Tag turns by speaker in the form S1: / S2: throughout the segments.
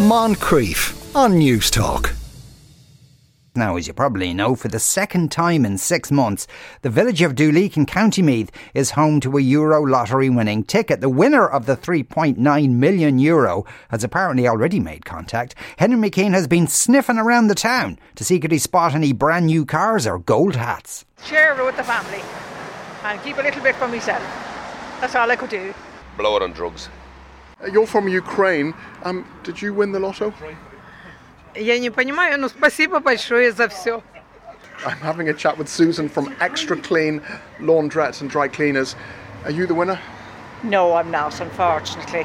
S1: Moncrief on News Talk.
S2: Now, as you probably know, for the second time in six months, the village of Duleek in County Meath is home to a Euro lottery winning ticket. The winner of the 3.9 million euro has apparently already made contact. Henry McKean has been sniffing around the town to see could he spot any brand new cars or gold hats.
S3: Share it with the family and keep a little bit for myself. That's all I could do.
S4: blow it on drugs.
S5: You're from Ukraine. Um, did you win the lotto?
S3: Я не понимаю, но спасибо большое за все.
S5: I'm having a chat with Susan from Extra Clean Laundrettes and Dry Cleaners. Are you the winner?
S3: No, Oh, I'm not, unfortunately.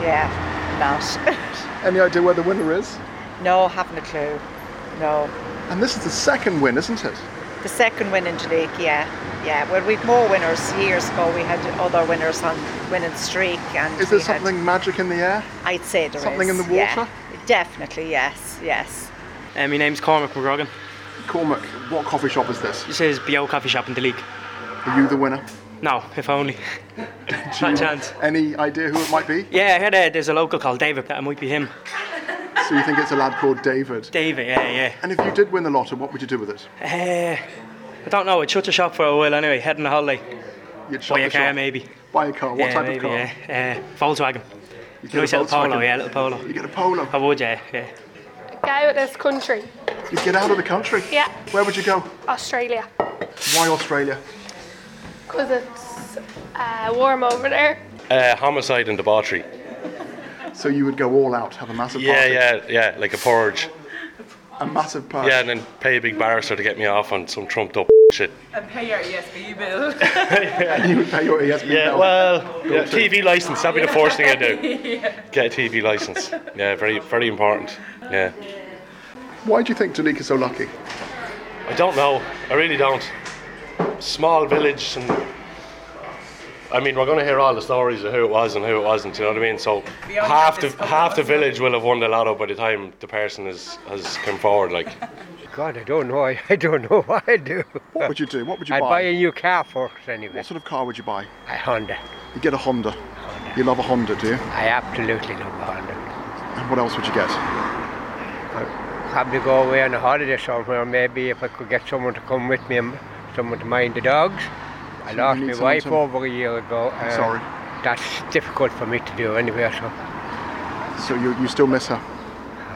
S3: Yeah, not.
S5: Any idea where the winner is?
S3: no, haven't a clue. No.
S5: And this is the second win, isn't it?
S3: The second win in Jalik, yeah. Yeah, well, we've more winners. Years ago, we had other winners on winning streak. and
S5: Is there
S3: we had-
S5: something magic in the air?
S3: I'd say there is.
S5: something in the
S3: yeah.
S5: water?
S3: Definitely, yes, yes.
S6: Uh, my name's Cormac McGrogan.
S5: Cormac, what coffee shop is this?
S6: This is BO Coffee Shop in League.
S5: Are you the winner?
S6: No, if only.
S5: Do you
S6: Not chance.
S5: Any idea who it might be?
S6: Yeah, I heard uh, there's a local called David. That might be him.
S5: So you think it's a lad called David?
S6: David, yeah,
S5: And if you did win the lotto, what would you do with it?
S6: yeah. Uh, I don't know. I'd shut the shop for a while anyway. Head on a holiday.
S5: You'd shut
S6: Buy a
S5: the
S6: car,
S5: shop.
S6: maybe.
S5: Buy a car. What
S6: yeah,
S5: type
S6: maybe,
S5: of car?
S6: Yeah. Uh, Volkswagen.
S5: You get
S6: Nice
S5: a
S6: little polo,
S5: Volkswagen.
S6: yeah, little polo.
S5: You get a polo.
S6: I would, yeah, yeah.
S7: Go out of this country.
S5: You get out of the country.
S7: Yeah.
S5: Where would you go?
S7: Australia.
S5: Why Australia?
S7: Because it's uh, warm over there.
S4: Uh, homicide and debauchery.
S5: So you would go all out, have a massive
S4: Yeah,
S5: party.
S4: yeah, yeah, like a porridge.
S5: A massive party.
S4: Yeah, and then pay a big barrister to get me off on some trumped up shit.
S5: And you would pay your ESPN
S4: Yeah,
S5: bill.
S4: well, yeah, TV license. That'd be the first thing I do. Get a TV license. Yeah, very, very important. Yeah.
S5: Why do you think Danica is so lucky?
S4: I don't know. I really don't. Small village, and I mean, we're going to hear all the stories of who it was and who it wasn't. You know what I mean? So half the half the village will have won the lotto by the time the person has has come forward. Like,
S8: God, I don't know. I, I don't know what I'd do.
S5: What would you do? What would you
S8: I'd
S5: buy?
S8: buy a new car first anyway.
S5: What sort of car would you buy?
S8: A Honda.
S5: You get a Honda. You love a Honda, do you?
S8: I absolutely love a Honda.
S5: And what else would you get?
S8: I'd probably go away on a holiday somewhere. Maybe if I could get someone to come with me, um, and someone to mind the dogs. I
S5: So you
S8: lost
S5: need
S8: my
S5: someone
S8: wife
S5: to-
S8: over a year ago. uh,
S5: I'm sorry.
S8: That's difficult for me to do anyway. So,
S5: So you, you still miss her.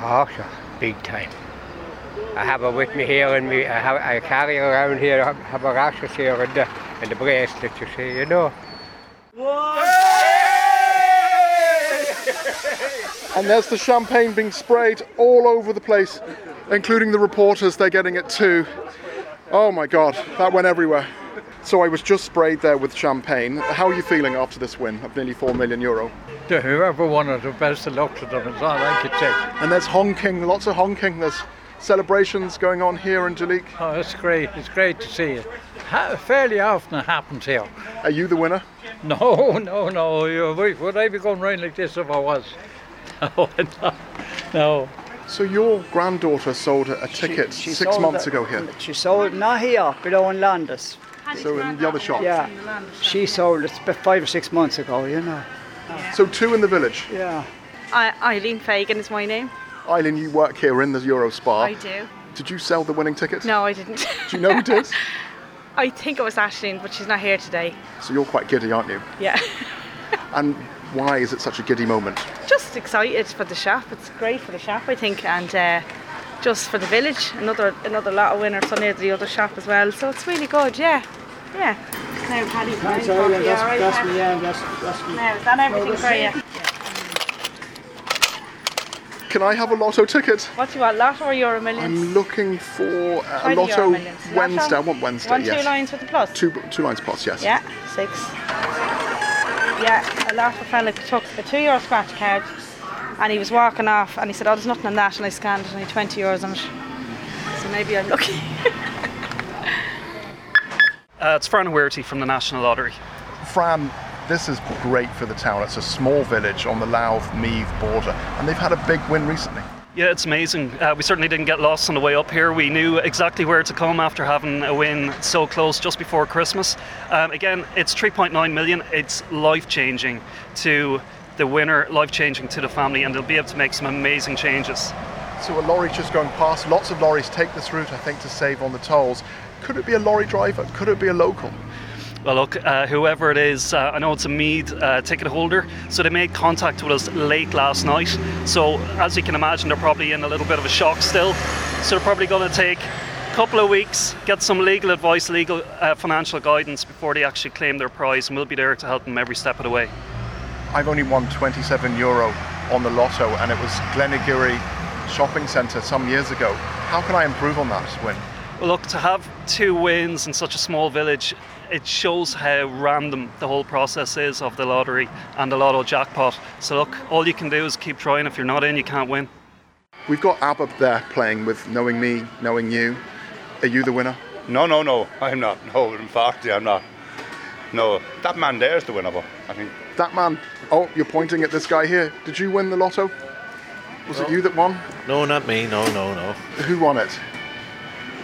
S8: oh, sure, big time. I have her with me here, and me, I, have, I carry her around here. I have her ashes here and the, and the bracelet. You see, you know.
S5: And there's the champagne being sprayed all over the place, including the reporters. They're getting it too. Oh my God, that went everywhere. So I was just sprayed there with champagne. How are you feeling after this win of nearly four million euro?
S9: To whoever won it, the best of luck to them, as all I could say.
S5: And there's honking, lots of honking. There's celebrations going on here in Jalik.
S9: Oh, it's great, it's great to see it. Ha- fairly often it happens here.
S5: Are you the winner?
S9: No, no, no, you- would would I be going round like this if I was? No, no.
S5: So your granddaughter sold a a ticket six months ago here.
S10: She sold not here, below in Landis.
S5: So in the other shop.
S10: Yeah, she sold it about five or six months ago, you know.
S5: So two in the village.
S10: Yeah.
S11: Eileen Fagan is my name.
S5: Eileen, you work here in the Euro Spa.
S11: I do.
S5: Did you sell the winning ticket?
S11: No, I didn't.
S5: Do you know who did?
S11: I think it was Ashleen, but she's not here today.
S5: so you're quite giddy, aren't you?
S11: Yeah.
S5: And why is it such a giddy moment?
S11: Just excited for the shop. It's great for the shop, I think, and uh, just for the village. Another another lot of winners on near the other shop as well. So it's really good. Yeah. Yeah. Now, Paddy, Paddy, Paddy, all right, Paddy? Now, is that everything for you?
S5: Can I have a lotto ticket?
S11: What do you want, lot or euro millions?
S5: I'm looking for a
S11: Try the
S5: lotto
S11: euro millions. Lotto?
S5: Wednesday. I want Wednesday,
S11: One,
S5: yes.
S11: two lines with the plus?
S5: Two, two lines plus, yes.
S11: Yeah, six. Yeah, a laugh a fella took a two euro scratch card and he was walking off and he said, Oh, there's nothing on that. And I scanned it and he had 20 euros on it. So maybe I'm lucky.
S6: Uh, it's Fran Huerty from the National Lottery.
S5: Fran, this is great for the town. It's a small village on the Louth-Meath border, and they've had a big win recently.
S6: Yeah, it's amazing. Uh, we certainly didn't get lost on the way up here. We knew exactly where to come after having a win so close just before Christmas. Um, again, it's 3.9 million. It's life changing to the winner life changing to the family, and they'll be able to make some amazing changes.
S5: So a lorry just going past. Lots of lorries take this route, I think, to save on the tolls. Could it be a lorry driver? Could it be a local?
S6: Well, look, uh, whoever it is, uh, I know it's a Mead uh, ticket holder, so they made contact with us late last night. So, as you can imagine, they're probably in a little bit of a shock still. So, they're probably going to take a couple of weeks, get some legal advice, legal uh, financial guidance before they actually claim their prize, and we'll be there to help them every step of the way.
S5: I've only won 27 euro on the lotto, and it was Glenageary Shopping Centre some years ago. How can I improve on that win?
S6: Well, look, to have two wins in such a small village, it shows how random the whole process is of the lottery and the lotto jackpot. So, look, all you can do is keep trying. If you're not in, you can't win.
S5: We've got ABBA there playing with Knowing Me, Knowing You. Are you the winner?
S1: No, no, no, I'm not. No, in fact, I'm not. No, that man there is the winner, but I think.
S5: That man. Oh, you're pointing at this guy here. Did you win the lotto? Was it you that won?
S12: No, not me. No, no, no.
S5: Who won it?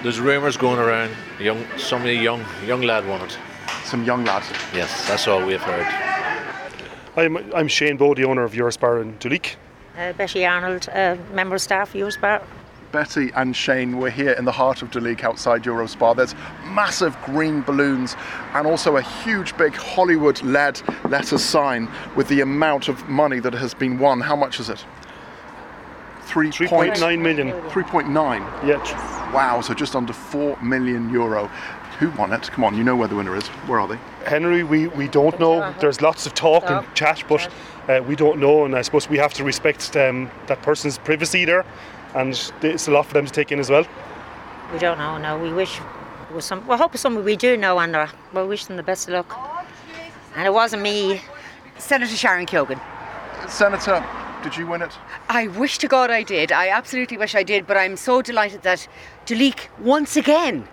S12: There's rumours going around. Young, some young, young lad won it.
S5: Some young lad.
S12: Yes, that's all we've heard.
S13: I'm, I'm Shane Bow, the owner of Eurospar in Duleek.
S14: Uh, Betty Arnold, uh, member of staff, Eurospar.
S5: Betty and Shane were here in the heart of Duleek outside Eurospar. There's massive green balloons and also a huge big Hollywood LED letter sign with the amount of money that has been won. How much is it?
S13: 3.9 million.
S5: 3.9?
S13: Yes.
S5: Wow, so just under 4 million euro. Who won it? Come on, you know where the winner is. Where are they?
S13: Henry, we, we don't know. There's lots of talk and chat, but uh, we don't know, and I suppose we have to respect um, that person's privacy there, and it's a lot for them to take in as well.
S14: We don't know, no. We wish it was some. Well, hope it's somebody we do know, and uh, we wish them the best of luck. And it wasn't me, Senator Sharon Kilgan.
S5: Senator, did you win it?
S15: I wish to God I did. I absolutely wish I did, but I'm so delighted that Duleek once again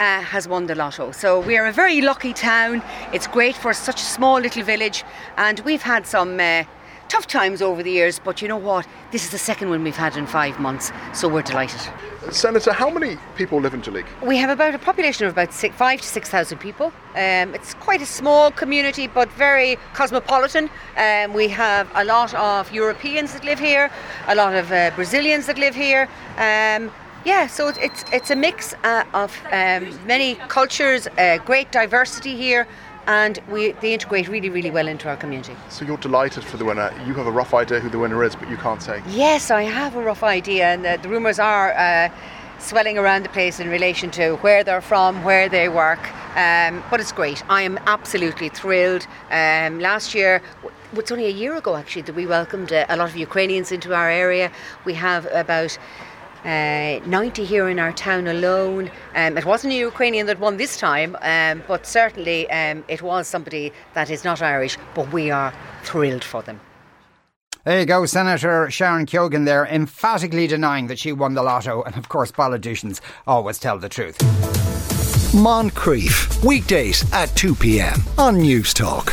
S15: uh, has won the lotto. So we are a very lucky town. It's great for such a small little village, and we've had some uh, tough times over the years. But you know what? This is the second one we've had in five months, so we're delighted.
S5: Senator, how many people live in Duleek?
S15: We have about a population of about six, five to six thousand people. Um, it's quite a small community, but very cosmopolitan. Um, we have a lot of Europeans that live here, a lot of uh, Brazilians that live here. Um, yeah, so it- it's it's a mix uh, of um, many cultures, uh, great diversity here, and we they integrate really, really well into our community.
S5: So you're delighted for the winner. You have a rough idea who the winner is, but you can't say.
S15: Yes, I have a rough idea, and the, the rumours are uh, swelling around the place in relation to where they're from, where they work. Um, but it's great. I am absolutely thrilled. Um, last year, w- it's only a year ago actually that we welcomed uh, a lot of Ukrainians into our area. We have about uh, 90 here in our town alone. Um, it wasn't a Ukrainian that won this time, um, but certainly um, it was somebody that is not Irish, but we are thrilled for them.
S2: There you go, Senator Sharon Kyogan there, emphatically denying that she won the lotto. And of course, politicians always tell the truth.
S16: Moncrief, weekdays at 2 p.m. on News Talk.